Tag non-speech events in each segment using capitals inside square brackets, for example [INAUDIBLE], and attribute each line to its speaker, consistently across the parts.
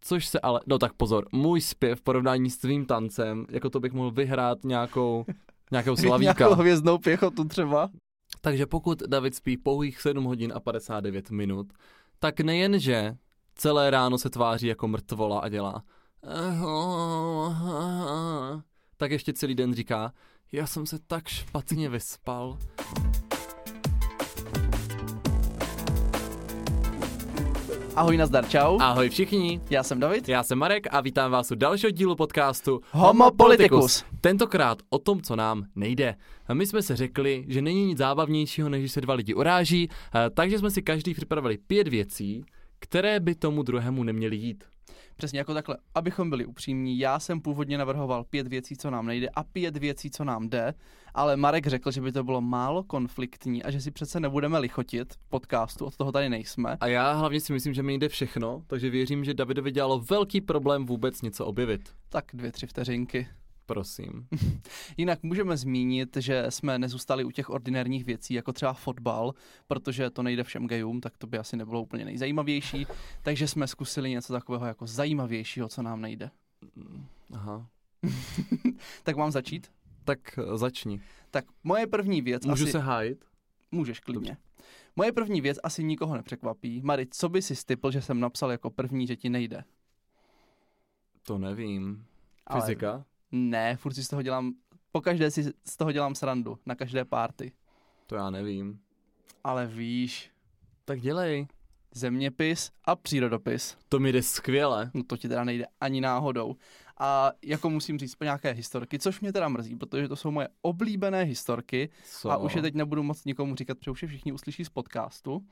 Speaker 1: Což se ale, no tak pozor, můj zpěv v porovnání s tvým tancem, jako to bych mohl vyhrát nějakou,
Speaker 2: [LAUGHS]
Speaker 1: nějakou slavíka.
Speaker 2: Nějakou hvězdnou pěchotu třeba.
Speaker 1: Takže pokud David spí pouhých 7 hodin a 59 minut, tak nejenže celé ráno se tváří jako mrtvola a dělá tak ještě celý den říká já jsem se tak špatně vyspal.
Speaker 2: Ahoj, nazdar, čau.
Speaker 1: Ahoj všichni,
Speaker 2: Já jsem David.
Speaker 1: já jsem Marek a vítám vás u dalšího dílu podcastu
Speaker 2: Homo Politicus.
Speaker 1: Tentokrát o tom, co nám nejde. My jsme se řekli, že není nic zábavnějšího, než když se dva lidi uráží, eh, takže jsme si každý připravili pět věcí, které by tomu druhému neměly jít.
Speaker 2: Přesně jako takhle, abychom byli upřímní, já jsem původně navrhoval pět věcí, co nám nejde a pět věcí, co nám jde, ale Marek řekl, že by to bylo málo konfliktní a že si přece nebudeme lichotit v podcastu, od toho tady nejsme.
Speaker 1: A já hlavně si myslím, že mi jde všechno, takže věřím, že Davidovi dělalo velký problém vůbec něco objevit.
Speaker 2: Tak dvě, tři vteřinky.
Speaker 1: Prosím.
Speaker 2: Jinak můžeme zmínit, že jsme nezůstali u těch ordinárních věcí, jako třeba fotbal, protože to nejde všem gejům, tak to by asi nebylo úplně nejzajímavější. Takže jsme zkusili něco takového jako zajímavějšího, co nám nejde.
Speaker 1: Aha.
Speaker 2: Tak mám začít?
Speaker 1: Tak eh, začni.
Speaker 2: Tak moje první věc
Speaker 1: Můžu
Speaker 2: asi...
Speaker 1: se hájit?
Speaker 2: Můžeš klidně. Moje první věc asi nikoho nepřekvapí. Mary, co by si typl, že jsem napsal jako první, že ti nejde?
Speaker 1: To nevím.
Speaker 2: Ale-
Speaker 1: Fyzika?
Speaker 2: Ne, furt si z toho dělám, pokaždé si z toho dělám srandu, na každé párty.
Speaker 1: To já nevím.
Speaker 2: Ale víš,
Speaker 1: Tak dělej.
Speaker 2: zeměpis a přírodopis.
Speaker 1: To mi jde skvěle.
Speaker 2: No to ti teda nejde ani náhodou. A jako musím říct po nějaké historky, což mě teda mrzí, protože to jsou moje oblíbené historky
Speaker 1: Co?
Speaker 2: a už je teď nebudu moc nikomu říkat, protože už je všichni uslyší z podcastu.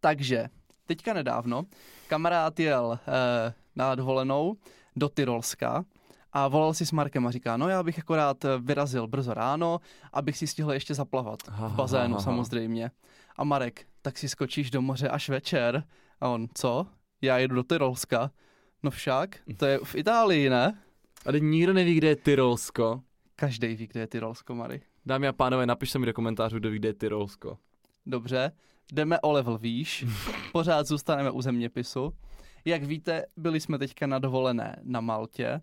Speaker 2: Takže, teďka nedávno, kamarád jel eh, na dovolenou do Tyrolska a volal si s Markem a říká, no já bych akorát eh, vyrazil brzo ráno, abych si stihl ještě zaplavat
Speaker 1: Aha,
Speaker 2: v bazénu
Speaker 1: aha.
Speaker 2: samozřejmě. A Marek, tak si skočíš do moře až večer. A on, co? Já jedu do Tyrolska. No však, to je v Itálii, ne?
Speaker 1: Ale nikdo neví, kde je Tyrolsko.
Speaker 2: Každý ví, kde je Tyrolsko, Mary.
Speaker 1: Dámy a pánové, napište mi do komentářů, kdo ví, kde je Tyrolsko.
Speaker 2: Dobře, jdeme o level výš, pořád zůstaneme u zeměpisu. Jak víte, byli jsme teďka na dovolené na Maltě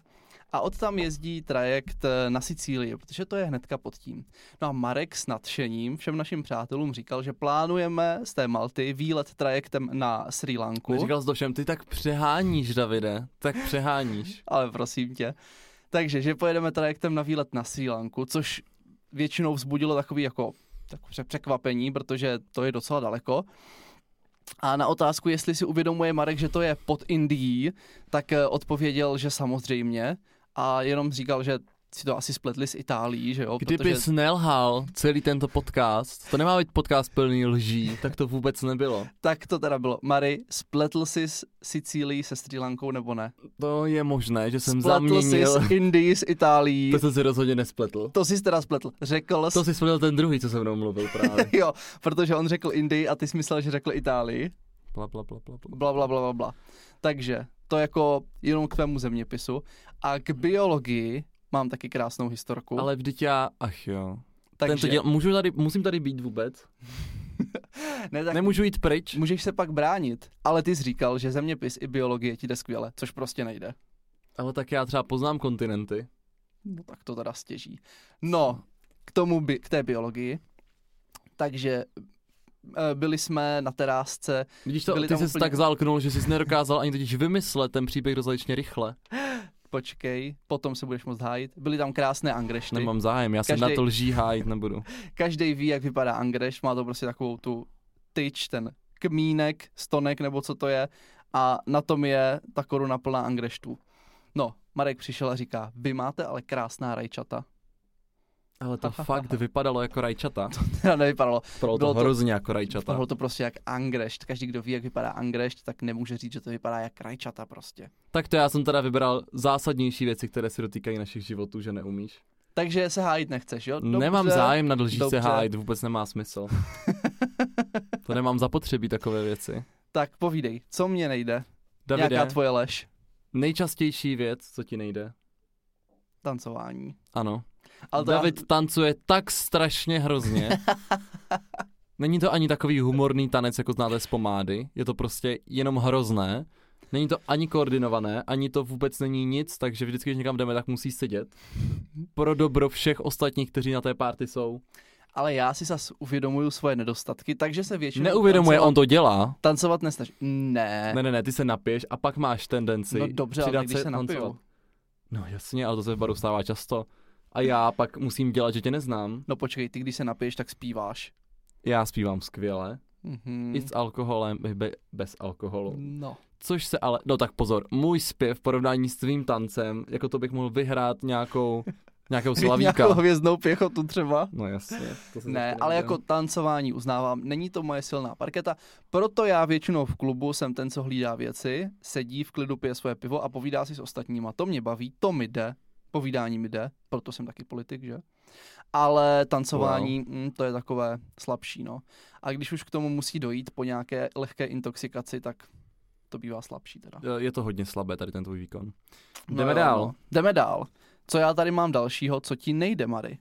Speaker 2: a od tam jezdí trajekt eh, na Sicílii, protože to je hnedka pod tím. No a Marek s nadšením všem našim přátelům říkal, že plánujeme z té Malty výlet trajektem na Sri Lanku.
Speaker 1: Říkal jsi to všem, ty tak přeháníš, Davide. Tak přeháníš.
Speaker 2: ale prosím tě. Takže, že pojedeme trajektem na výlet na Sri Lanku, což většinou vzbudilo takový jako takové překvapení, protože to je docela daleko. A na otázku, jestli si uvědomuje Marek, že to je pod Indií, tak eh, odpověděl, že samozřejmě. A jenom říkal, že si to asi spletli s Itálií, že jo?
Speaker 1: [LAUGHS] Kdyby jsi nelhal celý tento podcast, to nemá být podcast plný lží, tak to vůbec nebylo.
Speaker 2: Tak to teda bylo. Mary, spletl jsi s Sicílií se Sri Lankou nebo ne?
Speaker 1: To je možné, že jsem
Speaker 2: spletl jsi
Speaker 1: zaměnil.
Speaker 2: s Indií s
Speaker 1: [LAUGHS]
Speaker 2: Itálií.
Speaker 1: To jsem si rozhodně nespletl.
Speaker 2: To jsi teda spletl. Řekl jsi
Speaker 1: To si spletl ten druhý, co se mnou mluvil [LAUGHS] právě.
Speaker 2: [LAUGHS] Jo, protože on řekl Indii a ty jsi myslel, že řekl Itálii.
Speaker 1: Bla, bla, bla, bla, bla.
Speaker 2: Bla, bla, bla, bla, bla. Takže to jako jenom k tvému zeměpisu. A k biologii mám taky krásnou historku.
Speaker 1: Ale vždyť já, ach jo.
Speaker 2: takže,
Speaker 1: Tento děl, můžu tady, musím tady být vůbec?
Speaker 2: ne, tak
Speaker 1: Nemůžu jít pryč?
Speaker 2: můžeš se pak bránit, ale ty jsi říkal, že zeměpis i biologie ti jde skvěle, což prostě nejde.
Speaker 1: Ale tak já třeba poznám kontinenty.
Speaker 2: No tak to teda stěží. No, k tomu, bi- k té biologii. Takže eh, byli jsme na terásce
Speaker 1: Vidíš to,
Speaker 2: Byli
Speaker 1: ty
Speaker 2: tam
Speaker 1: jsi
Speaker 2: úplně-
Speaker 1: tak zálknul, že jsi nedokázal ani totiž vymyslet ten příběh dostatečně rychle.
Speaker 2: počkej, potom se budeš moc hájit. Byly tam krásné angrešty.
Speaker 1: Nemám zájem, já se
Speaker 2: Každý-
Speaker 1: na to lží hájit
Speaker 2: [LAUGHS]
Speaker 1: nebudu.
Speaker 2: každý ví, jak vypadá angreš, má to prostě takovou tu tyč, ten kmínek, stonek nebo co to je a na tom je ta koruna plná angreštů. No, Marek přišel a říká, vy máte ale krásná rajčata. [LAUGHS]
Speaker 1: Ale to fakt vypadalo jako rajčata.
Speaker 2: Teda nevypadalo,
Speaker 1: [LAUGHS] Bylo to
Speaker 2: Bylo to-
Speaker 1: hrozně jako rajčata.
Speaker 2: bylo to prostě jak angrešt. Každý, kdo ví, jak vypadá angrešt, tak nemůže říct, že to vypadá jak rajčata prostě.
Speaker 1: Tak to já jsem teda vybral zásadnější věci, které se dotýkají našich životů, že neumíš.
Speaker 2: Takže se hájit nechceš, jo? Dobře.
Speaker 1: Nemám zájem na dlží se
Speaker 2: dobře.
Speaker 1: hájit, vůbec nemá
Speaker 2: [LAUGHS]
Speaker 1: smysl. to nemám zapotřebí takové věci.
Speaker 2: Tak povídej, co mě nejde?
Speaker 1: Davide,
Speaker 2: Nějaká tvoje lež?
Speaker 1: nejčastější věc, co ti nejde?
Speaker 2: Tancování.
Speaker 1: Ano.
Speaker 2: Ale to já-
Speaker 1: David tancuje tak strašně
Speaker 2: [LAUGHS]
Speaker 1: hrozně. Není to ani takový humorný tanec, jako znáte z pomády. Je to prostě jenom hrozné. Není to ani koordinované, ani to vůbec není nic, takže vždycky, když někam jdeme, tak musí sedět. Pro dobro všech ostatních, kteří na té party jsou.
Speaker 2: Ale já si zas uvědomuju svoje nedostatky, takže se většinou...
Speaker 1: Neuvědomuje,
Speaker 2: tancovat,
Speaker 1: on to dělá.
Speaker 2: Tancovat nestačí. Ne.
Speaker 1: Ne, ne, ne, ty se napiješ a pak máš tendenci
Speaker 2: no dobře,
Speaker 1: přidat
Speaker 2: ale když se
Speaker 1: tancovat.
Speaker 2: napiju.
Speaker 1: No jasně, ale to se v baru stává často. A já pak musím dělat, že tě neznám.
Speaker 2: No počkej, ty když se napiješ, tak zpíváš.
Speaker 1: Já zpívám skvěle.
Speaker 2: Mhm.
Speaker 1: I s alkoholem, i be, bez alkoholu.
Speaker 2: No.
Speaker 1: Což se ale, no tak pozor, můj zpěv v porovnání s tvým tancem, jako to bych mohl vyhrát
Speaker 2: [LAUGHS]
Speaker 1: nějakou, nějakou [LAUGHS]
Speaker 2: Nějakou
Speaker 1: slavíka.
Speaker 2: hvězdnou pěchotu třeba.
Speaker 1: No jasně. To jsem
Speaker 2: Ne,
Speaker 1: taky
Speaker 2: ale
Speaker 1: nevěděl.
Speaker 2: jako tancování uznávám, není to moje silná parketa, proto já většinou v klubu jsem ten, co hlídá věci, sedí v klidu, pije svoje pivo a povídá si s ostatníma. To mě baví, to mi jde, povídání mi jde, proto jsem taky politik, že? Ale tancování, wow. mm, to je takové slabší, no. A když už k tomu musí dojít po nějaké lehké intoxikaci, tak to bývá slabší teda.
Speaker 1: Eh, Je to hodně slabé tady ten tvůj výkon.
Speaker 2: No
Speaker 1: Jdeme
Speaker 2: jo,
Speaker 1: dál.
Speaker 2: No. Jdeme dál. Co já tady mám dalšího, co ti nejde, Mary?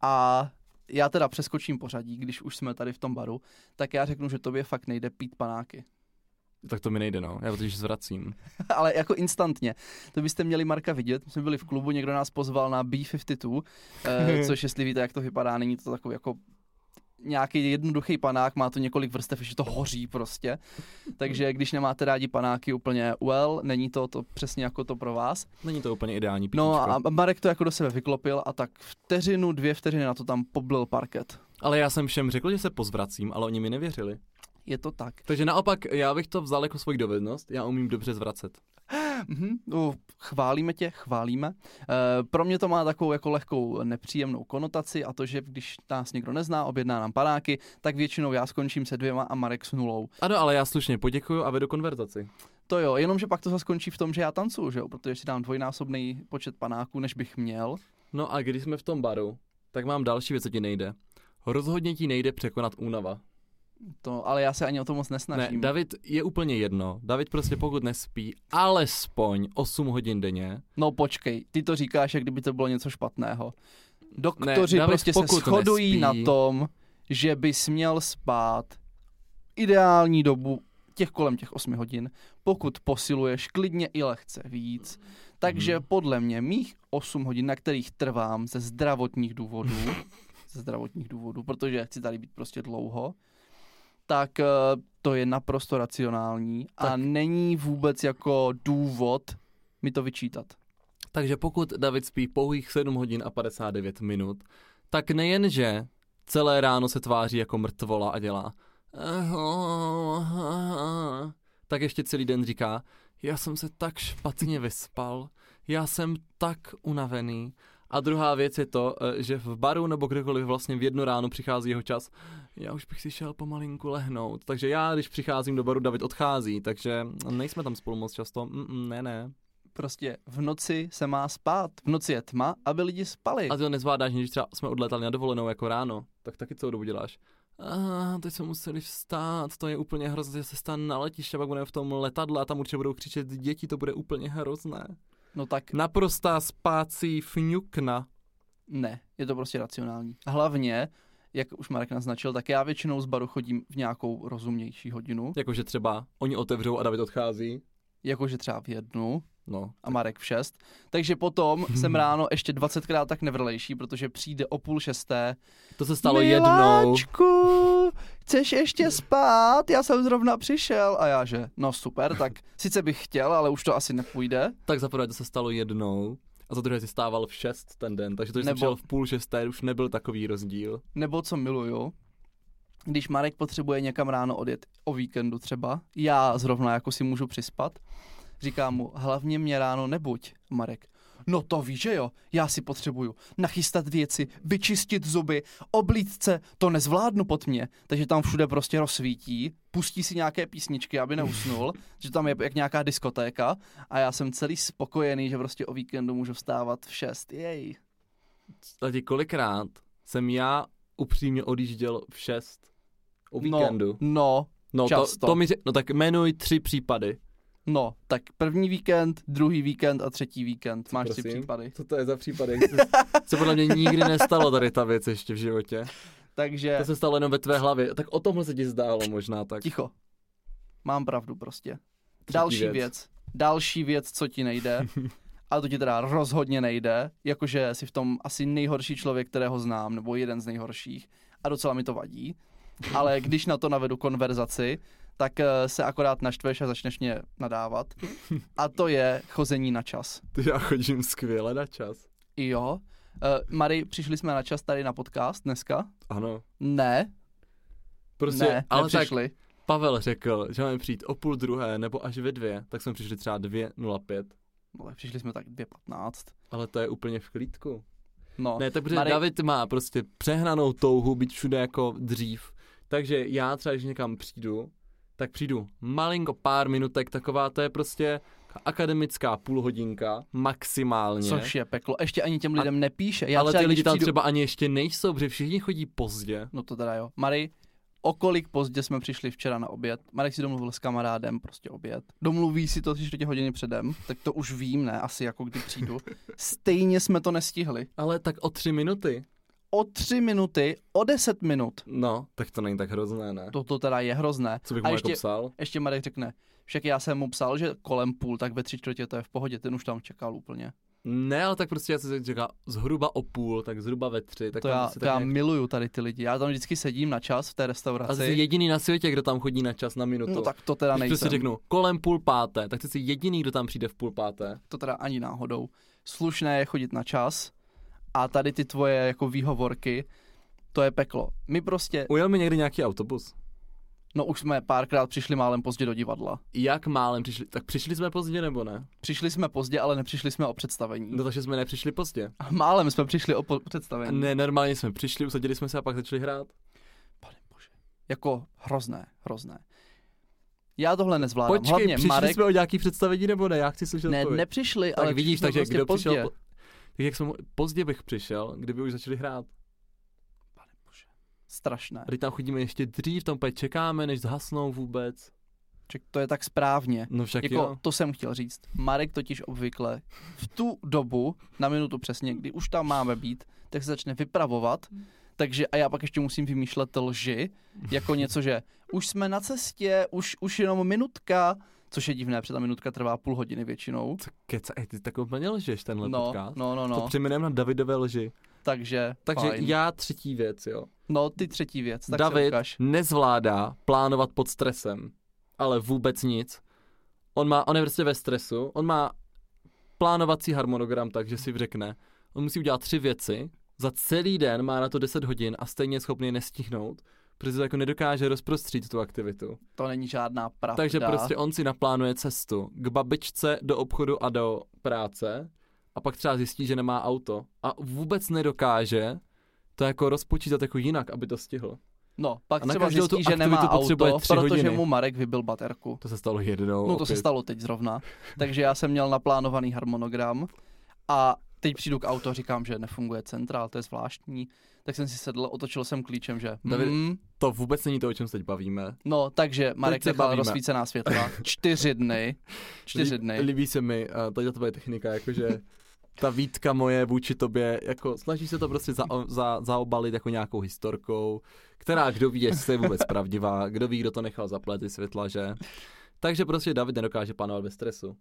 Speaker 2: A já teda přeskočím pořadí, když už jsme tady v tom baru, tak já řeknu, že tobě fakt nejde pít panáky. [LAUGHS]
Speaker 1: Tak to mi nejde, no. Já totiž zvracím.
Speaker 2: Ale jako instantně. To byste měli Marka vidět. My jsme byli v klubu, někdo nás pozval na B52, eh,
Speaker 1: [LAUGHS]
Speaker 2: což jestli víte, jak to vypadá, není to takový jako nějaký jednoduchý panák, má to několik vrstev, že to hoří prostě. Takže když nemáte rádi panáky úplně well, není to, to přesně jako to pro vás.
Speaker 1: Není to úplně ideální pitíčko.
Speaker 2: No a a Marek to jako do sebe vyklopil a tak vteřinu, dvě vteřiny na to tam poblil parket.
Speaker 1: Ale já jsem všem řekl, že se pozvracím, ale oni mi nevěřili.
Speaker 2: Je to tak.
Speaker 1: Takže naopak, já bych to vzal jako svoji dovednost, já umím dobře zvracet.
Speaker 2: Mhm, no, chválíme tě, chválíme. E, pro mě to má takovou jako lehkou nepříjemnou konotaci a to, že když nás někdo nezná, objedná nám panáky, tak většinou já skončím se dvěma a Marek s nulou.
Speaker 1: Ano, ale já slušně poděkuju a vedu konverzaci.
Speaker 2: To jo, jenomže pak to zase skončí v tom, že já tancuju, že jo, protože si dám dvojnásobný počet panáků, než bych měl.
Speaker 1: No a když jsme v tom baru, tak mám další věc, co ti nejde. Rozhodně ti nejde překonat únava.
Speaker 2: To, ale já se ani o to moc
Speaker 1: Ne,
Speaker 2: nesnažím.
Speaker 1: David je úplně jedno. David prostě pokud nespí alespoň 8 hodin denně,
Speaker 2: No počkej, ty to říkáš, jak kdyby to bylo něco špatného.
Speaker 1: Ne,
Speaker 2: Doktoři
Speaker 1: David,
Speaker 2: prostě se
Speaker 1: pokud
Speaker 2: shodují
Speaker 1: nespí-
Speaker 2: na tom, že bys měl spát ideální dobu těch kolem těch 8 hodin, pokud posiluješ klidně i lehce víc. Takže
Speaker 1: Mhm.
Speaker 2: podle mě mých 8 hodin, na kterých trvám ze
Speaker 1: [LAUGHS]
Speaker 2: zdravotních důvodů, ze zdravotních důvodů, protože chci tady být prostě dlouho, tak eh, to je naprosto racionální a
Speaker 1: Tak.
Speaker 2: není vůbec jako důvod mi to vyčítat.
Speaker 1: Takže pokud David spí pouhých 7 hodin a 59 minut, tak nejenže celé ráno se tváří jako mrtvola a dělá tak ještě celý den říká, já jsem se tak špatně vyspal, já jsem tak unavený. A druhá věc je to, eh, že v baru nebo kdekoliv vlastně v jedno ráno přichází jeho čas, já už bych si šel pomalinku lehnout. Takže já, když přicházím do baru, David odchází, takže nejsme tam spolu moc často, Mm, ne, ne.
Speaker 2: prostě v noci se má spát, v noci je tma, aby lidi spali.
Speaker 1: A ty to nezvládáš, když třeba jsme odletali na dovolenou jako ráno, tak taky celou dobu děláš. A teď jsme museli vstát, to je úplně hrozné, že se stane na letiště, pak budeme v tom letadle a tam určitě budou křičet děti, to bude úplně hrozné.
Speaker 2: No tak
Speaker 1: Naprostá spácí fňukna.
Speaker 2: ne, je to prostě racionální. Hlavně, jak už Marek naznačil, tak já většinou z baru chodím v nějakou rozumnější hodinu,
Speaker 1: Jakože třeba oni otevřou a David odchází.
Speaker 2: jakože třeba v jednu
Speaker 1: No,
Speaker 2: a Marek v šest.
Speaker 1: [LAUGHS]
Speaker 2: Takže potom jsem ráno ještě 20krát tak nevrlejší, protože přijde o půl šesté.
Speaker 1: to se stalo jednou.
Speaker 2: Miláčku, chceš ještě spát? Já jsem zrovna přišel. A já že, no super, tak sice bych chtěl, ale už to asi nepůjde.
Speaker 1: Tak za prvé to se stalo jednou. A za druhé si stával v 6 ten den, takže to, že Nebo...
Speaker 2: Nebo-
Speaker 1: jsem šel v půl šesté, už nebyl takový rozdíl.
Speaker 2: nebo co miluju, když Marek potřebuje někam ráno odjet o víkendu třeba, já zrovna jako si můžu přispat, říkám mu, hlavně mě ráno nebuď, Marek. No to víš, že jo, já si potřebuju nachystat věci, vyčistit zuby, oblídce, to nezvládnu pod mě. Takže tam všude prostě rozsvítí, pustí si nějaké písničky, aby neusnul, že tam je jak nějaká diskotéka a já jsem celý spokojený, že prostě o víkendu můžu vstávat v 6. Jej.
Speaker 1: Tati, kolikrát jsem já upřímně odjížděl v 6 o víkendu?
Speaker 2: No, no,
Speaker 1: No, no to,
Speaker 2: často.
Speaker 1: to mi řek, no tak jmenuj tři případy.
Speaker 2: No, tak první víkend, druhý víkend a třetí víkend. Máš tři
Speaker 1: prosím?
Speaker 2: případy.
Speaker 1: Co to je za [LAUGHS] případy? Co podle mě nikdy nestalo tady ta věc ještě v životě.
Speaker 2: Takže
Speaker 1: To se stalo jenom ve tvé hlavě. Tak o tomhle se ti zdálo možná tak.
Speaker 2: ticho. Mám pravdu prostě. Další věc. věc. Další věc, co
Speaker 1: [LAUGHS]
Speaker 2: ti nejde. a to ti teda rozhodně nejde, jakože jsi v tom asi nejhorší člověk, kterého znám, nebo jeden z nejhorších a docela mi to vadí.
Speaker 1: [LAUGHS]
Speaker 2: Ale když na to navedu konverzaci, tak eh, se akorát naštveš a začneš mě nadávat. A to je chození na čas.
Speaker 1: Ty já chodím skvěle na čas.
Speaker 2: Jo. Uh, Mary, přišli jsme na čas tady na podcast dneska?
Speaker 1: Ano.
Speaker 2: Ne,
Speaker 1: Prostě,
Speaker 2: ne,
Speaker 1: ale tak
Speaker 2: nepřišli.
Speaker 1: Pavel řekl, že máme přijít o půl druhé nebo až ve dvě, tak jsme přišli třeba 2.05,
Speaker 2: Vole, přišli jsme tak 2.15.
Speaker 1: ale to je úplně v klídku.
Speaker 2: No,
Speaker 1: Ne, tak protože
Speaker 2: Marek-
Speaker 1: David má prostě přehnanou touhu být všude jako dřív. Takže já třeba, když někam přijdu, tak přijdu malinko pár minutek, taková to je prostě akademická půlhodinka maximálně.
Speaker 2: což je peklo. Ještě ani těm lidem nepíše. Já
Speaker 1: ale
Speaker 2: třeba,
Speaker 1: ty lidi
Speaker 2: když
Speaker 1: tam
Speaker 2: přijdu-
Speaker 1: třeba ani ještě nejsou, protože všichni chodí pozdě.
Speaker 2: No to teda jo. Mary, o kolik pozdě jsme přišli včera na oběd? Marek si domluvil s kamarádem prostě oběd. Domluví si to tři čtvrtě hodiny předem, tak to už vím, ne? Asi jako kdy
Speaker 1: [LAUGHS]
Speaker 2: přijdu. Stejně jsme to nestihli.
Speaker 1: Ale tak o tři minuty.
Speaker 2: O tři minuty, o deset minut.
Speaker 1: No, tak to není tak hrozné, ne?
Speaker 2: Toto teda je hrozné.
Speaker 1: Co bych
Speaker 2: A
Speaker 1: mu
Speaker 2: ještě-
Speaker 1: jako psal?
Speaker 2: Ještě Marek řekne, však já jsem mu psal, že kolem půl, tak ve tři čtvrtě to je v pohodě, ten už tam čekal úplně.
Speaker 1: Ne, ale tak prostě já se říká zhruba o půl, tak zhruba ve tři. Tak
Speaker 2: To
Speaker 1: tam
Speaker 2: já,
Speaker 1: asi
Speaker 2: to
Speaker 1: tak
Speaker 2: já
Speaker 1: nějak-
Speaker 2: miluju tady ty lidi, já tam vždycky sedím na čas v té
Speaker 1: A
Speaker 2: restauraci.
Speaker 1: jsi jediný na světě, kdo tam chodí na čas na minutu.
Speaker 2: No tak to teda
Speaker 1: Když prostě
Speaker 2: nejsem,
Speaker 1: řeknu kolem půl páté, tak ty jsi jediný, kdo tam přijde v půl páté.
Speaker 2: to teda ani náhodou. Slušné je chodit na čas a tady ty tvoje jako výhovorky, to je peklo. My prostě,
Speaker 1: Ujel mi někdy nějaký autobus.
Speaker 2: no už jsme párkrát přišli málem pozdě do divadla.
Speaker 1: Jak málem přišli? Tak přišli jsme pozdě nebo ne?
Speaker 2: Přišli jsme pozdě, ale nepřišli jsme o představení.
Speaker 1: No takže jsme nepřišli pozdě.
Speaker 2: A Málem jsme přišli o po- představení.
Speaker 1: Ne, normálně jsme přišli, usadili jsme se a pak začali hrát.
Speaker 2: Pane bože. Jako hrozné, hrozné. Já tohle nezvládám.
Speaker 1: Počkej,
Speaker 2: Hlavně
Speaker 1: přišli
Speaker 2: Marek,
Speaker 1: jsme o nějaký představení nebo ne? Já chci slyšet
Speaker 2: ne,
Speaker 1: odpověď.
Speaker 2: nepřišli,
Speaker 1: tak
Speaker 2: ale
Speaker 1: vidíš,
Speaker 2: přišli
Speaker 1: takže
Speaker 2: jsme prostě
Speaker 1: kdo
Speaker 2: pozdě.
Speaker 1: přišel po... Tak jak jsem... Pozdě bych přišel, kdyby už začali hrát.
Speaker 2: Pane bože, strašné.
Speaker 1: Tady tam chodíme ještě dřív, tam úplně čekáme, než zhasnou vůbec.
Speaker 2: Ček, to je tak správně.
Speaker 1: No však
Speaker 2: jako,
Speaker 1: jo.
Speaker 2: to jsem chtěl říct. Marek totiž obvykle v tu dobu, na minutu přesně, kdy už tam máme být, tak se začne vypravovat, takže a já pak ještě musím vymýšlet lži, jako něco, že už jsme na cestě, už, už jenom minutka, což je divné, protože ta minutka trvá půl hodiny většinou.
Speaker 1: Co keca, Ej, ty tak úplně lžeš tenhle
Speaker 2: No,
Speaker 1: podcast.
Speaker 2: no, no,
Speaker 1: To
Speaker 2: no.
Speaker 1: přejmenujeme na Davidové lži.
Speaker 2: Takže,
Speaker 1: Takže
Speaker 2: fajn.
Speaker 1: já třetí věc, jo.
Speaker 2: No, ty třetí věc, tak se
Speaker 1: David
Speaker 2: ukáž.
Speaker 1: nezvládá plánovat pod stresem, ale vůbec nic. On, má, on je prostě ve stresu, on má plánovací harmonogram tak, že si řekne, on musí udělat tři věci, za celý den má na to 10 hodin a stejně je schopný je nestihnout, protože to jako nedokáže rozprostřít tu aktivitu.
Speaker 2: To není žádná pravda.
Speaker 1: Takže prostě on si naplánuje cestu k babičce, do obchodu a do práce a pak třeba zjistí, že nemá auto a vůbec nedokáže to jako rozpočítat jako jinak, aby to stihl.
Speaker 2: No, pak
Speaker 1: A na
Speaker 2: třeba
Speaker 1: každou tu
Speaker 2: zjistí, že nemá
Speaker 1: aktivitu
Speaker 2: auto,
Speaker 1: potřebuje tři
Speaker 2: protože
Speaker 1: hodiny.
Speaker 2: mu Marek vybil baterku.
Speaker 1: To se stalo jednou.
Speaker 2: No to
Speaker 1: opět.
Speaker 2: se stalo teď zrovna. Takže já jsem měl naplánovaný harmonogram a teď přijdu k auto a říkám, že nefunguje centrál, to je zvláštní. Tak jsem si sedl, otočil jsem klíčem, že
Speaker 1: David-
Speaker 2: mm,
Speaker 1: To vůbec není to, o čem se teď bavíme.
Speaker 2: no takže Marek
Speaker 1: se
Speaker 2: nechal
Speaker 1: bavíme. [LAUGHS]
Speaker 2: rozsvícená světla. Čtyři dny. Čtyři
Speaker 1: Líb-
Speaker 2: dny.
Speaker 1: Líbí se mi uh, tady ta tvoje technika,
Speaker 2: [LAUGHS]
Speaker 1: jakože ta výtka moje vůči tobě, jako snaží se to prostě za, za, zaobalit jako nějakou historkou, která kdo ví, jestli je vůbec pravdivá, kdo ví, kdo to nechal zaplet ty světla, že? Takže prostě David nedokáže panovat ve stresu.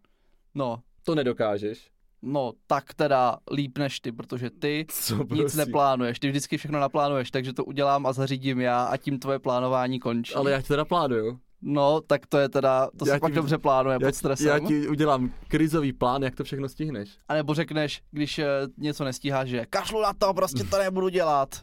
Speaker 2: No,
Speaker 1: To nedokážeš.
Speaker 2: no tak teda líp než ty, protože ty
Speaker 1: Co
Speaker 2: nic neplánuješ, ty vždycky všechno naplánuješ, takže to udělám a zařídím já a tím tvoje plánování končí.
Speaker 1: Ale já ti teda plánuju.
Speaker 2: No, tak to je teda, to
Speaker 1: Já
Speaker 2: se
Speaker 1: ti
Speaker 2: pak
Speaker 1: vž-
Speaker 2: dobře plánuje
Speaker 1: Já,
Speaker 2: pod stresem.
Speaker 1: já ti udělám krizový plán, jak to všechno stihneš.
Speaker 2: A nebo řekneš, když eh, něco nestíháš, že kašlu na to, prostě to nebudu dělat.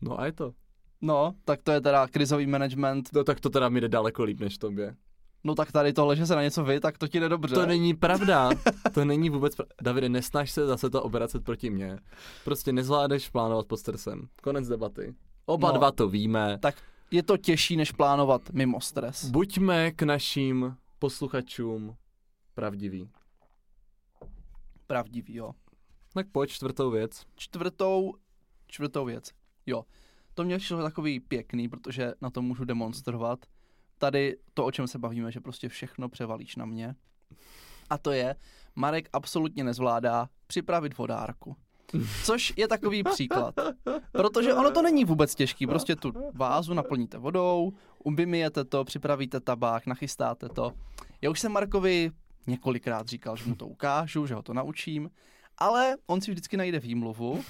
Speaker 1: No a je to.
Speaker 2: No, tak to je teda krizový management.
Speaker 1: No tak to teda mi jde daleko líp než tobě.
Speaker 2: No tak tady tohle, že se na něco vy, tak to ti jde dobře.
Speaker 1: To není pravda. To není vůbec pravda. Davide, nesnaž se zase to obracet proti mně. Prostě nezvládneš plánovat pod stresem. Konec debaty. Oba
Speaker 2: No.
Speaker 1: no. dva to víme.
Speaker 2: Tak je to těžší, než plánovat mimo stres.
Speaker 1: Buďme k našim posluchačům pravdiví.
Speaker 2: Pravdivý, jo.
Speaker 1: Tak pojď čtvrtou věc.
Speaker 2: Čtvrtou, čtvrtou věc. Jo, to mě přišlo takový pěkný, protože na to můžu demonstrovat. Tady to, o čem se bavíme, že prostě všechno převalíš na mě. A to je, Marek absolutně nezvládá připravit vodárku. Což je takový příklad. Protože ono to není vůbec těžký, prostě tu vázu naplníte vodou, Vymijete to, připravíte tabák, nachystáte to. Já už jsem Markovi několikrát říkal, že mu to ukážu, že ho to naučím, ale on si vždycky najde výmluvu,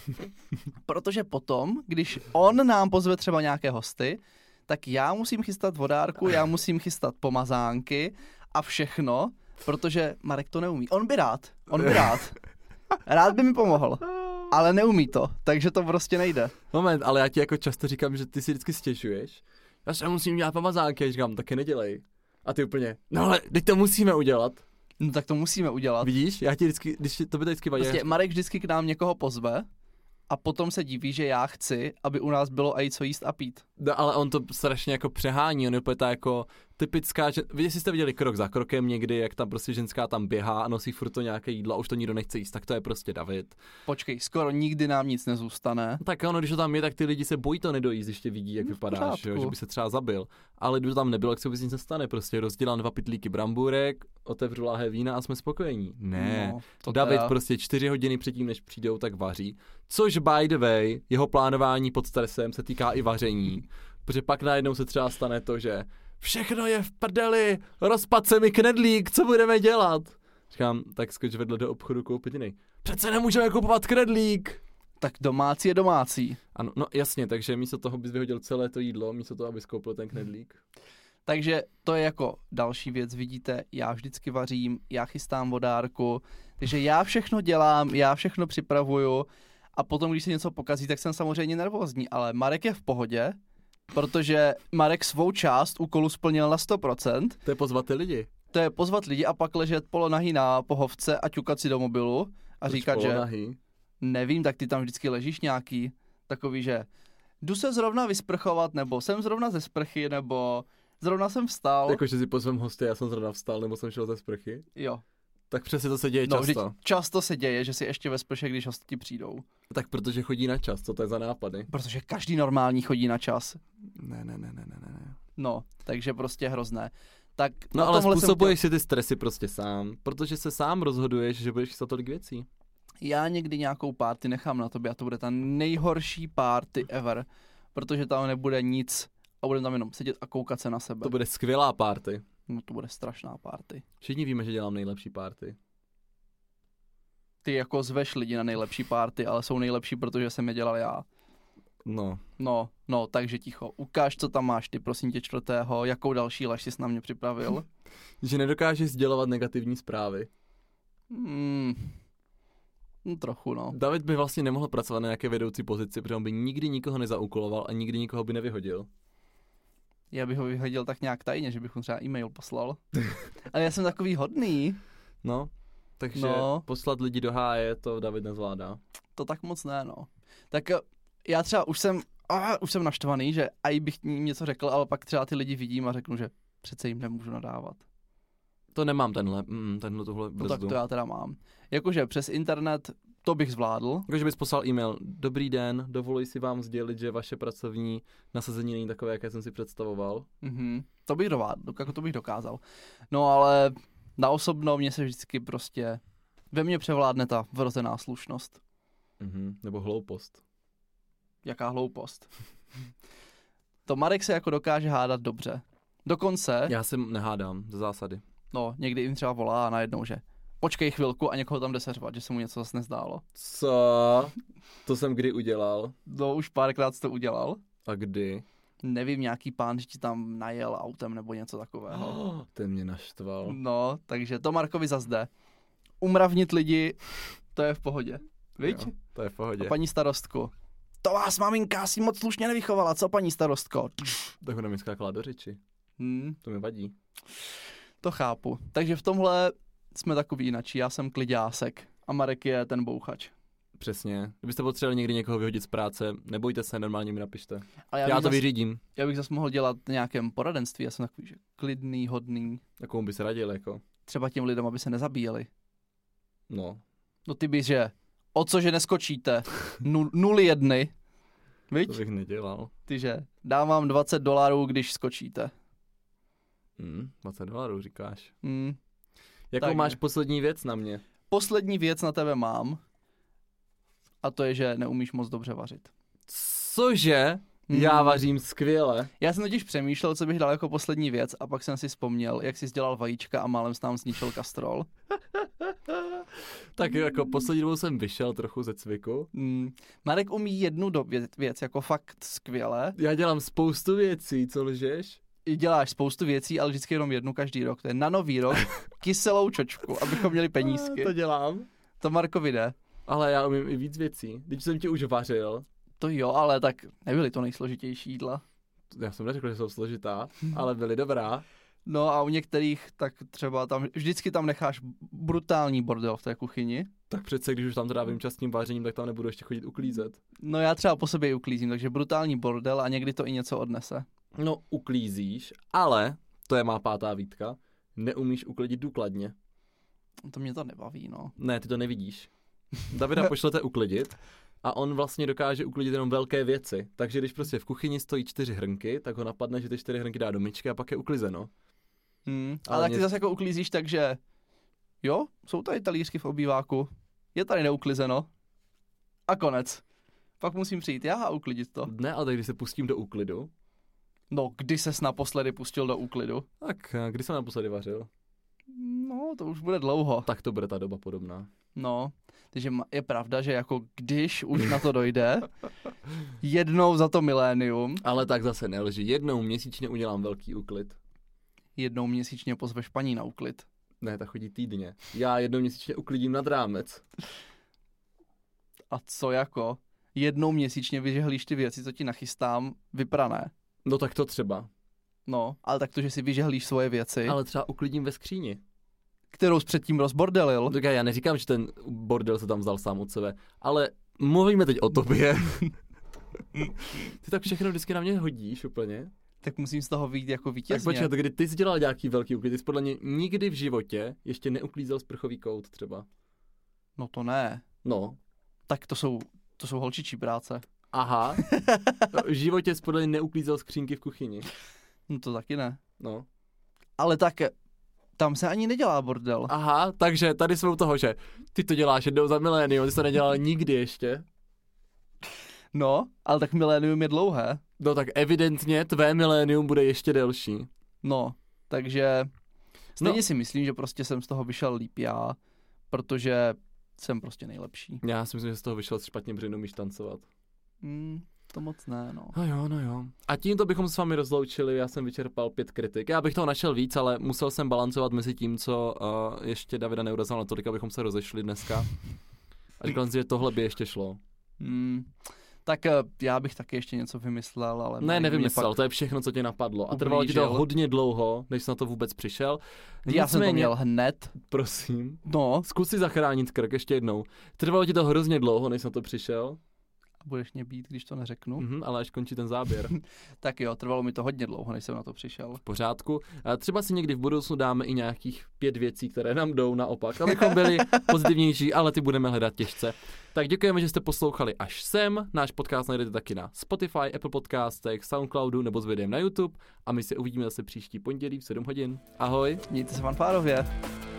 Speaker 2: protože potom, když on nám pozve třeba nějaké hosty, tak já musím chystat vodárku, já musím chystat pomazánky a všechno, protože Marek to neumí. On by rád, on by rád. Rád by mi pomohl, ale neumí to, takže to prostě nejde.
Speaker 1: Moment, ale já ti jako často říkám, že ty si vždycky stěžuješ. Já se musím dělat pamazánky, já říkám, taky nedělej. A ty úplně, no ale teď to musíme udělat.
Speaker 2: No tak to musíme udělat.
Speaker 1: Vidíš, já ti vždycky, když ti- to by to vždycky vadí.
Speaker 2: Prostě Marek vždycky k nám někoho pozve a potom se diví, že já chci, aby u nás bylo i co jíst a pít.
Speaker 1: No, ale on to strašně jako přehání, on je úplně ta jako typická, že, vy jestli jste viděli krok za krokem někdy, jak tam prostě ženská tam běhá a nosí furt to nějaké jídlo a už to nikdo nechce jíst, tak to je prostě David.
Speaker 2: Počkej, skoro nikdy nám nic nezůstane.
Speaker 1: Tak ono, když to tam je, tak ty lidi se bojí to nedojíst, ještě vidí, jak
Speaker 2: No, v
Speaker 1: vypadáš, jo,
Speaker 2: pořádku.
Speaker 1: že by se třeba zabil. Ale kdyby to tam nebylo, jak se vůbec nic nestane, prostě rozdělám dva pitlíky bramburek, otevřu láhe vína a jsme spokojení. Ne,
Speaker 2: No,
Speaker 1: to David
Speaker 2: teda-
Speaker 1: prostě čtyři hodiny předtím, než přijdou, tak vaří. Což by the way, jeho plánování pod stresem se týká i
Speaker 2: [LAUGHS]
Speaker 1: vaření. Protože pak najednou se třeba stane to, že všechno je v prdeli, rozpad se mi knedlík, co budeme dělat? Říkám, tak skoč vedle do obchodu koupit jiný. Přece nemůžeme kupovat knedlík!
Speaker 2: Tak domácí je domácí.
Speaker 1: Ano, no jasně, takže místo toho bys vyhodil celé to jídlo, místo toho, abys koupil ten knedlík.
Speaker 2: Takže to je jako další věc, vidíte, já vždycky vařím, já chystám vodárku, takže já všechno dělám, já všechno připravuju a potom, když se něco pokazí, tak jsem samozřejmě nervózní, ale Marek je v pohodě, protože Marek svou část úkolu splnil na 100%,
Speaker 1: To je pozvat ty lidi.
Speaker 2: to je pozvat lidi a pak ležet polonahý na pohovce a ťukat si do mobilu a
Speaker 1: Proč
Speaker 2: říkat, že
Speaker 1: polonahý?
Speaker 2: nevím, tak ty tam vždycky ležíš nějaký takový, že jdu se zrovna vysprchovat, nebo jsem zrovna ze sprchy, nebo zrovna jsem vstal.
Speaker 1: Jako, že si pozvem hosty, já jsem zrovna vstal, nebo jsem šel ze sprchy.
Speaker 2: Jo.
Speaker 1: Tak přesně to se děje
Speaker 2: No,
Speaker 1: často.
Speaker 2: vždyť často se děje, že si ještě ve sprše, když hosti přijdou.
Speaker 1: Tak protože chodí na čas, co to je za nápady?
Speaker 2: Protože každý normální chodí na čas.
Speaker 1: Ne, ne, ne, ne, ne, ne.
Speaker 2: No, takže prostě hrozné. Tak
Speaker 1: No
Speaker 2: na
Speaker 1: ale
Speaker 2: tomhle jsem
Speaker 1: způsobuješ si ty stresy prostě sám, protože se sám rozhoduješ, že budeš chystat tolik věcí.
Speaker 2: chtěl- Já někdy nějakou párty nechám na tobě a to bude ta nejhorší párty ever, protože tam nebude nic a budeme tam jenom sedět a koukat se na sebe.
Speaker 1: To bude skvělá party.
Speaker 2: No to bude strašná párty.
Speaker 1: Všichni víme, že dělám nejlepší party.
Speaker 2: Ty jako zveš lidi na nejlepší párty, ale jsou nejlepší, protože jsem je dělal já.
Speaker 1: No,
Speaker 2: No, no, takže ticho. Ukáž, co tam máš ty, prosím tě, čtvrtého, jakou další lež jsi na mě připravil.
Speaker 1: že nedokážeš sdělovat negativní zprávy.
Speaker 2: Hmm. No, trochu, no.
Speaker 1: David by vlastně nemohl pracovat na nějaké vedoucí pozici, protože on by nikdy nikoho nezaúkoloval a nikdy nikoho by nevyhodil.
Speaker 2: Já bych ho vyhodil tak nějak tajně, že bych mu třeba e-mail poslal. Ale já jsem takový hodný,
Speaker 1: No, takže
Speaker 2: No.
Speaker 1: poslat lidi do háje to David nezvládá.
Speaker 2: to tak moc ne, no. Tak eh, já třeba už jsem, a, už jsem naštvaný, že aj bych jim něco řekl, ale pak třeba ty lidi vidím a řeknu, že přece jim nemůžu nadávat.
Speaker 1: To nemám tenhle, mm, tenhle tuhle
Speaker 2: No tak
Speaker 1: brzdu.
Speaker 2: to já teda mám. Jakože přes internet to bych zvládl,
Speaker 1: Jakože bys poslal e-mail, dobrý den, dovoluji si vám sdělit, že vaše pracovní nasazení není takové, jaké jsem si představoval.
Speaker 2: Mm-hmm. To bych dovádl, jako to bych dokázal. No ale na osobno mě se vždycky prostě, ve mně převládne ta vrozená slušnost.
Speaker 1: Mm-hmm. Nebo hloupost.
Speaker 2: Jaká hloupost. To Marek se jako dokáže hádat dobře. Dokonce,
Speaker 1: Já se nehádám, ze zásady.
Speaker 2: no někdy jim třeba volá a najednou, že počkej chvilku a někoho tam jde seřvat, že se mu něco zase nezdálo.
Speaker 1: Co? To jsem kdy udělal?
Speaker 2: No už párkrát jsi to udělal.
Speaker 1: A kdy?
Speaker 2: Nevím, nějaký pán, že ti tam najel autem nebo něco takového.
Speaker 1: Oh, [GASPS] ten mě naštval.
Speaker 2: No, takže to Markovi zazde. Umravnit lidi, to je v pohodě. Viď?
Speaker 1: Jo, to je v pohodě.
Speaker 2: A paní starostku. To vás maminka asi moc slušně nevychovala, co paní starostko?
Speaker 1: Tak ho neskákala do řeči.
Speaker 2: Hmm,
Speaker 1: To mi vadí.
Speaker 2: to chápu. Takže v tomhle jsme takový jinačí. Já jsem kliďásek a Marek je ten bouchač.
Speaker 1: Přesně. Kdybyste potřebovali někdy někoho vyhodit z práce, nebojte se, normálně mi napište.
Speaker 2: Ale
Speaker 1: Já,
Speaker 2: já,
Speaker 1: já to
Speaker 2: bych zas,
Speaker 1: vyřídím.
Speaker 2: já bych zase mohl dělat v nějakém poradenství. Já jsem takový, že klidný, hodný.
Speaker 1: A komu bys radil, jako?
Speaker 2: Třeba těm lidem, aby se nezabíjeli.
Speaker 1: No.
Speaker 2: No ty bys, že o co, že neskočíte? Nul, nuly jedny. Viď?
Speaker 1: To bych nedělal.
Speaker 2: Ty, že dám vám 20 dolarů, když skočíte.
Speaker 1: Mm, 20 dolarů říkáš.
Speaker 2: Hmm.
Speaker 1: Jakou
Speaker 2: Tak.
Speaker 1: máš poslední věc na mě?
Speaker 2: Poslední věc na tebe mám. A to je, že neumíš moc dobře vařit.
Speaker 1: Cože? Já vařím skvěle.
Speaker 2: Hmm. Já jsem totiž přemýšlel, co bych dal jako poslední věc a pak jsem si vzpomněl, jak jsi dělal vajíčka a málem s nám zničil kastrol.
Speaker 1: Tak jako poslední dobou jsem vyšel trochu ze cviku.
Speaker 2: Mm. Marek umí jednu do věc, věc jako fakt skvěle.
Speaker 1: Já dělám spoustu věcí, co lžeš?
Speaker 2: I děláš spoustu věcí, ale vždycky jenom jednu každý rok. To je na
Speaker 1: [LAUGHS]
Speaker 2: nový rok kyselou čočku, abychom měli penízky.
Speaker 1: Eh, To dělám.
Speaker 2: To Markovi jde.
Speaker 1: Ale já umím i víc věcí. Když jsem ti už vařil,
Speaker 2: To jo, ale tak nebyly to nejsložitější jídla.
Speaker 1: já jsem neřekl, že jsou složitá, ale byly dobrá.
Speaker 2: No a u některých tak třeba tam, vždycky tam necháš brutální bordel v té kuchyni.
Speaker 1: Tak přece, když už tam trávím častým vařením, tak tam nebudu ještě chodit uklízet.
Speaker 2: No já třeba po sobě i uklízím, takže brutální bordel a někdy to i něco odnese.
Speaker 1: No, uklízíš, ale, to je má pátá výtka, neumíš uklidit důkladně.
Speaker 2: To mě to nebaví, no.
Speaker 1: Ne, ty to nevidíš. Davida pošlete uklidit a on vlastně dokáže uklidit jenom velké věci. Takže když prostě v kuchyni stojí čtyři hrnky, tak ho napadne, že ty čtyři hrnky dá do myčky a pak je uklizeno.
Speaker 2: Hmm, ale,
Speaker 1: Ale
Speaker 2: tak ty
Speaker 1: mě-
Speaker 2: zase jako uklízíš tak, že jo, jsou tady talířky v obýváku, je tady neuklizeno a konec. Pak musím přijít já a uklidit to.
Speaker 1: Ne, ale tak když se pustím do úklidu,
Speaker 2: No, kdy ses naposledy pustil do úklidu?
Speaker 1: tak eh, kdy jsem naposledy vařil,
Speaker 2: No, to už bude dlouho.
Speaker 1: tak to bude ta doba podobná.
Speaker 2: No, takže ma- je pravda, že jako když už na to [LAUGHS] dojde, jednou za to milénium,
Speaker 1: Ale tak zase nelži, jednou měsíčně udělám velký úklid.
Speaker 2: jednou měsíčně pozveš paní na úklid.
Speaker 1: Ne, ta chodí týdně. Já jednou měsíčně uklidím nad rámec.
Speaker 2: A co jako? Jednou měsíčně vyžehlíš ty věci, co ti nachystám, vyprané.
Speaker 1: No tak to třeba.
Speaker 2: No, ale tak to, že si vyžehlíš svoje věci.
Speaker 1: Ale třeba uklidím ve skříni.
Speaker 2: kterou jsi předtím rozbordelil.
Speaker 1: No Tak já neříkám, že ten bordel se tam vzal sám od sebe, ale mluvíme teď o tobě. ty tak všechno vždycky na mě hodíš úplně.
Speaker 2: Tak musím z toho vyjít jako
Speaker 1: Tak
Speaker 2: vítězně.
Speaker 1: počkat, kdy ty jsi dělal nějaký velký úklid, ty jsi podle mě nikdy v životě ještě neuklízel sprchový kout třeba.
Speaker 2: No to ne.
Speaker 1: No,
Speaker 2: Tak to jsou, to jsou holčičí práce.
Speaker 1: aha. v životě jsi podle mě neuklízel skřínky v kuchyni.
Speaker 2: No to taky ne.
Speaker 1: No.
Speaker 2: Ale tak tam se ani nedělá bordel. A...
Speaker 1: Aha, takže tady jsme u toho, že ty to děláš jednou za milénium, ty jsi to nedělal nikdy ještě.
Speaker 2: No, ale tak milénium je dlouhé.
Speaker 1: No tak evidentně tvé milénium bude ještě delší.
Speaker 2: No, takže stejně
Speaker 1: No.
Speaker 2: no. si myslím, že prostě jsem z toho vyšel líp já, protože jsem prostě nejlepší.
Speaker 1: Já si myslím, že z toho vyšel špatně, protože neumíš tancovat.
Speaker 2: Mm, to moc ne, no.
Speaker 1: No jo, no jo. A tímto bychom s vámi rozloučili, já jsem vyčerpal pět kritik. Já bych toho našel víc, ale musel jsem balancovat mezi tím, co uh, ještě Davida neurazil na tolik, abychom se rozešli dneska. A říkal jsem si, že tohle by ještě šlo.
Speaker 2: Mm, tak eh, já bych taky ještě něco vymyslel, ale...
Speaker 1: Ne,
Speaker 2: Marek mě
Speaker 1: nevymyslel,
Speaker 2: pak-
Speaker 1: to je všechno, co tě napadlo. A trvalo ti to
Speaker 2: ublížil.
Speaker 1: hodně dlouho, než jsi na to vůbec přišel.
Speaker 2: Já jsem to
Speaker 1: Nicméně-
Speaker 2: měl hned.
Speaker 1: Prosím.
Speaker 2: No,
Speaker 1: Zkus si zachránit krk ještě jednou. Trvalo ti to hrozně dlouho, než jsi na to přišel,
Speaker 2: a budeš mě být, když to neřeknu.
Speaker 1: mhm, ale až končí ten záběr.
Speaker 2: Tak jo, trvalo mi to hodně dlouho, než jsem na to přišel.
Speaker 1: v pořádku. A třeba si někdy v budoucnu dáme i nějakých pět věcí, které nám jdou naopak, abychom byli pozitivnější, ale ty budeme hledat těžce. Tak děkujeme, že jste poslouchali až sem. Náš podcast najdete taky na Spotify, Apple Podcastech, Soundcloudu nebo s videem na YouTube. A my se uvidíme zase příští pondělí v 7 hodin. Ahoj!
Speaker 2: Mějte se fanfárově.